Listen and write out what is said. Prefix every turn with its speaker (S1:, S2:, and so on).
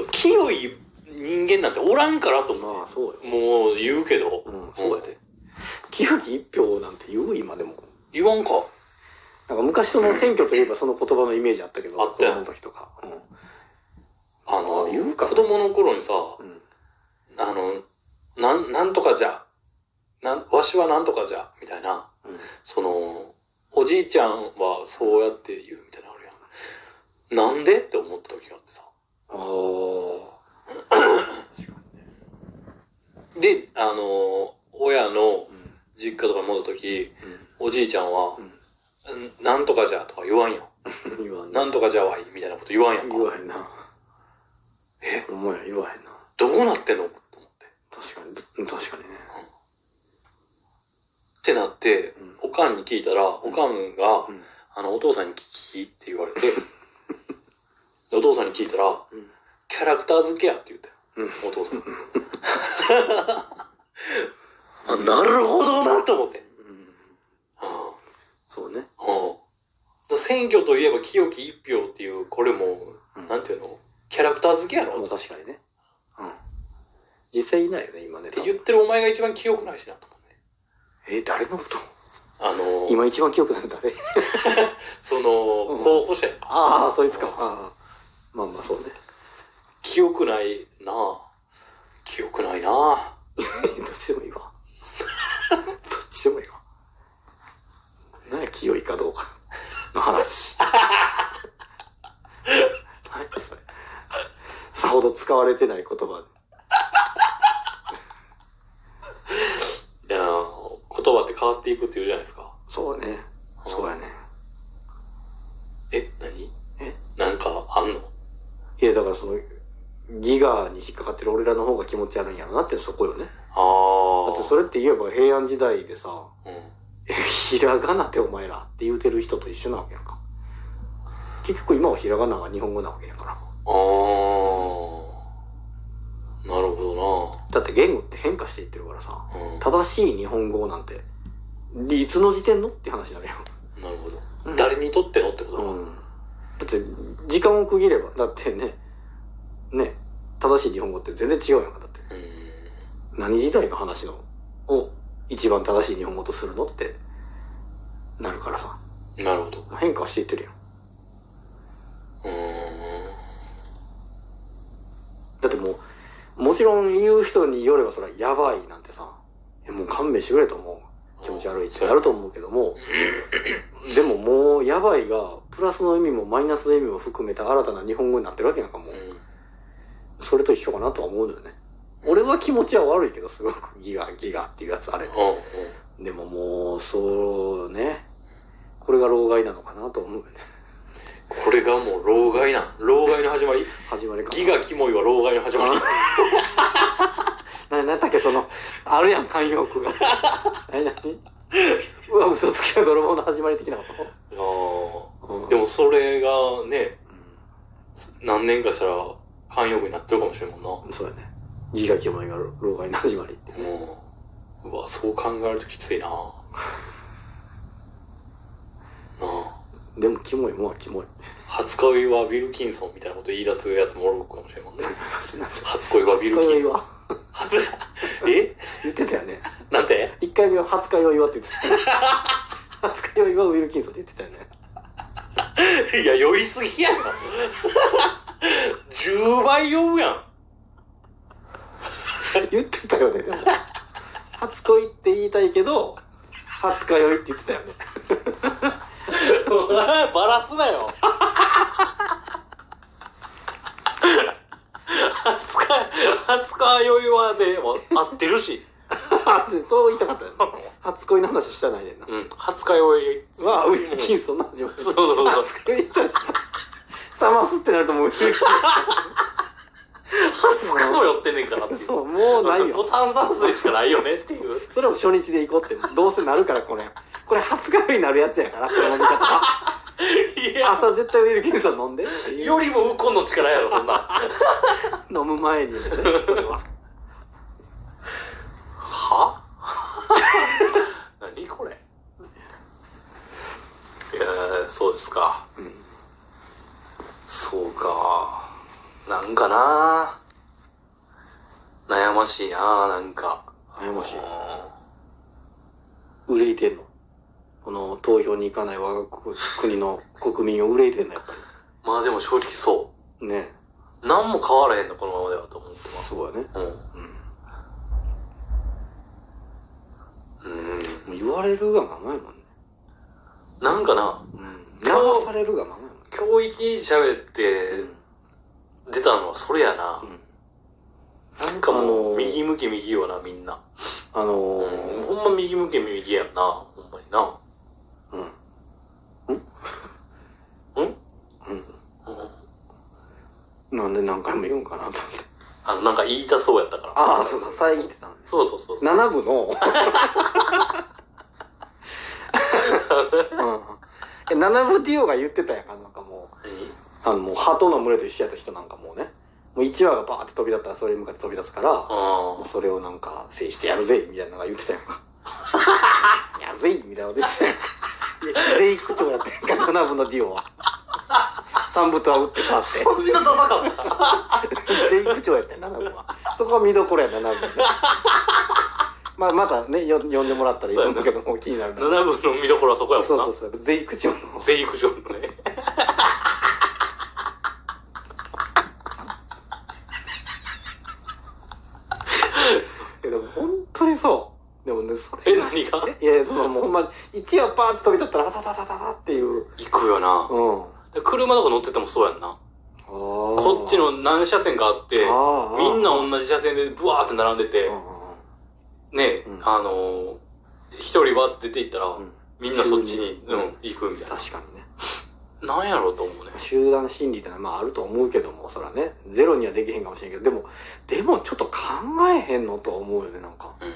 S1: うん、清い人間なんておらんからと思う、
S2: まあそうよ
S1: もう言うけど、
S2: うんそうやで清き一票なんて言う今でも
S1: 言わんか
S2: なんか昔その選挙といえばその言葉のイメージあったけど
S1: あったよ
S2: 子供の時とか、うん
S1: あの
S2: あ言うか
S1: 子供の頃にさ、
S2: うん
S1: あのなんなんとかじゃなんわしはなんとかじゃみたいな
S2: うん
S1: そのおじいちゃんはそうやって言うみたいなのあるやんなんでって思った時があってさ
S2: ああ確かにね、
S1: であの親の
S2: うん
S1: 実家とかに戻った時
S2: う
S1: おじいちゃんは
S2: ん
S1: 「んなんとかじゃ」とか言わんやん
S2: うん、言わ
S1: 「
S2: ん
S1: な
S2: なん
S1: とかじゃわい」みたいなこと言わんやん
S2: 言
S1: か
S2: わへんな
S1: え
S2: お前言わへんな
S1: どうなってんのと思って
S2: 確かにうん確かにね
S1: ってなって、おかんに聞いたら、おかんが、
S2: ん
S1: あの、お父さんに聞きって言われて、でお父さんに聞いたら、キャラクター付けやって言ったよ。お父さん。あなるほどなと思って。
S2: そうね
S1: うんだ選挙といえば清き一票っていう、これも、なんていうのキャラクター付けやろ
S2: もう
S1: っ
S2: 確かにねうん実際いないよね今ね
S1: て言ってるお前が一番清くないしなと思うね。
S2: えー誰のこと
S1: あの、
S2: 今一番記憶ないの誰
S1: その、候補者やんか。
S2: ああそいつかああまあまあそうね
S1: 清くないなぁ。清くないなぁ。
S2: どっちでもいいわ どっちでもいいわ何や清いかどうかの話 何やそれさほど使われてない言葉
S1: いやー言葉って変わっていくって言うじゃないですか。
S2: そうねそうやね
S1: え、何
S2: え
S1: なんかあんの
S2: いやだからそのギガに引っかかってる俺らの方が気持ち悪いんやろなっていうそこよねだ
S1: あ
S2: って
S1: あ。
S2: それって言えば平安時代でさ
S1: うん。
S2: えひらがなってお前らって言うてる人と一緒なわけやんか結局今はひらがなが日本語なわけやから
S1: ああ。なるほ
S2: だって言語って変化していってるからさ
S1: どな。うん。
S2: 正しい日本語なんていつの時点のって話になるやん
S1: なるほど。誰にとってのってことか。
S2: うんだって時間を区切ればだってねね正しい日本語って全然違うやんかだって
S1: うん。
S2: 何時代の話のを一番正しい日本語とするのってなるからさ
S1: なるほど。
S2: 変化していってるやん
S1: うーん。
S2: だってもうもちろん言う人によればそれはやばいなんてさえもう勘弁してくれと思う気持ち悪いってやると思うけどもでももうやばいがプラスの意味もマイナスの意味も含めた新たな日本語になってるわけなんかもう
S1: うん。
S2: それと一緒かなとは思うのよね俺は気持ちは悪いけどすごくギガギガっていうやつあれ
S1: うん。
S2: でももうそうねこれが老害なのかなと思うよね
S1: これがもう老害なん。老害の始まり。
S2: 始まりか
S1: ギガキモイは老害の始まり。
S2: ななんだっけそのあるやん慣用句が何何うわ嘘つきは泥棒の始まり的なこ
S1: あー
S2: と、うん
S1: でもそれがね、何年かしたら慣用句になってるかもしれんもんな。
S2: そうやね自我気前が老害の始まりってね
S1: うん。うわ、そう考えるときついななあ。
S2: でもキモいもんはキモい
S1: 初恋はウィルキンソンみたいなこと言い出すやつもおるかもしれんもんね。初恋はウィ
S2: 初
S1: ルキン
S2: 恋
S1: ソン。
S2: は
S1: え
S2: 言ってたよね
S1: なんて
S2: 一回目は初恋を祝って言ってたよね初恋を祝うウィルキンソンって言ってたよね
S1: いや、酔いすぎやろ。10倍酔うやん。
S2: 言ってたよねでも初恋って言いたいけど初恋って言ってたよね
S1: バラすなよ。初恋、初恋酔いはね、もう合ってるし。
S2: でそう言いたかったよね初恋の話はしたないねんな
S1: うん。初恋酔い。
S2: はウィルキンソンの始まり
S1: そうそうそう
S2: 初恋人冷ますってなるともうウィルキン
S1: 初恋も酔ってんねんからっていう。
S2: ソンそうもうない
S1: も
S2: よ
S1: う炭酸水しかないよねっていう。
S2: それを初日で行こうってどうせなるからこれこれ初恋になるやつやからこの飲み方
S1: いや、
S2: 朝絶対ウィルキンソン飲んでっていう
S1: よりもウコンの力やろ、 そんな。
S2: 飲む前にねそれは
S1: は 何これえー、そうですか。そうか。なんなんかな悩ましいななんか。
S2: 悩ましい
S1: うん。
S2: 憂いてんのこの投票に行かない我が国国の国民を憂いてんのやっぱ
S1: まあでも正直そ
S2: りね
S1: う。何も変わらへんの、このままではと思ってます。
S2: そうやね
S1: うん。うん。
S2: もう言われるがままやもんね、
S1: なんかな、
S2: うん、流
S1: 今日
S2: されるがままやもんね
S1: 今日一日喋って出たのはそれやな。
S2: ん
S1: なんかも
S2: あの
S1: う、
S2: ー
S1: 右向け右よな、みんな。
S2: あの
S1: うん、
S2: ー
S1: ほんま右向け右やんな、ほんまにな。
S2: うん、
S1: うんうん
S2: なんで何回も言うんかなと思って
S1: あの、なんか言いたそうやったから。
S2: ああそうか遮ってたんです
S1: そうそうそう。
S2: 7部の うん、7部ディオが言ってたやんかなんかもう
S1: 何
S2: あのもう鳩の群れと一緒やった人なんかもうねもう1話がバーって飛び立ったらそれに向かって飛び出すから、
S1: あ
S2: それをなんか制してやるぜみたいなのが言ってたやんか やるぜみたいなの言ってたやん か全員口調やったやんか7部のディオは3部とは打って変わって
S1: あ。こんなダサか った。
S2: 全員口調やったよな、7部は。そこは見どころやな、7部ね。 まあ、またね、よ呼んでもらったらいいと思うけども、気になるな。
S1: 七分の見どころはそこやもんな。
S2: そうそうそう、全員口調の。
S1: 全員苦情のね。
S2: えでも本当にそう。でもね、それ
S1: え、
S2: が。
S1: 何が
S2: いやいや、そのもうほんまに、1話パーンって飛び立ったら、タタタタタっていう。
S1: 行くよな。
S2: うん。
S1: 車とか乗っててもそうやんな。こ
S2: こ
S1: っち、の何車線かあって、
S2: あー
S1: みんな同じ車線でブワーって並んでて
S2: う、ん
S1: ね、
S2: うん
S1: あのー、一人バーって出て行ったら、
S2: うん
S1: みんなそっちに、
S2: 急
S1: う
S2: に
S1: ん、行くみたいな。
S2: 確かにね。
S1: なんやろうと思うね。
S2: 集団心理ってのはまああると思うけども、そらね、ゼロにはできへんかもしれんけど、でも、でもちょっと考えへんのとは思うよね、なんか。
S1: うん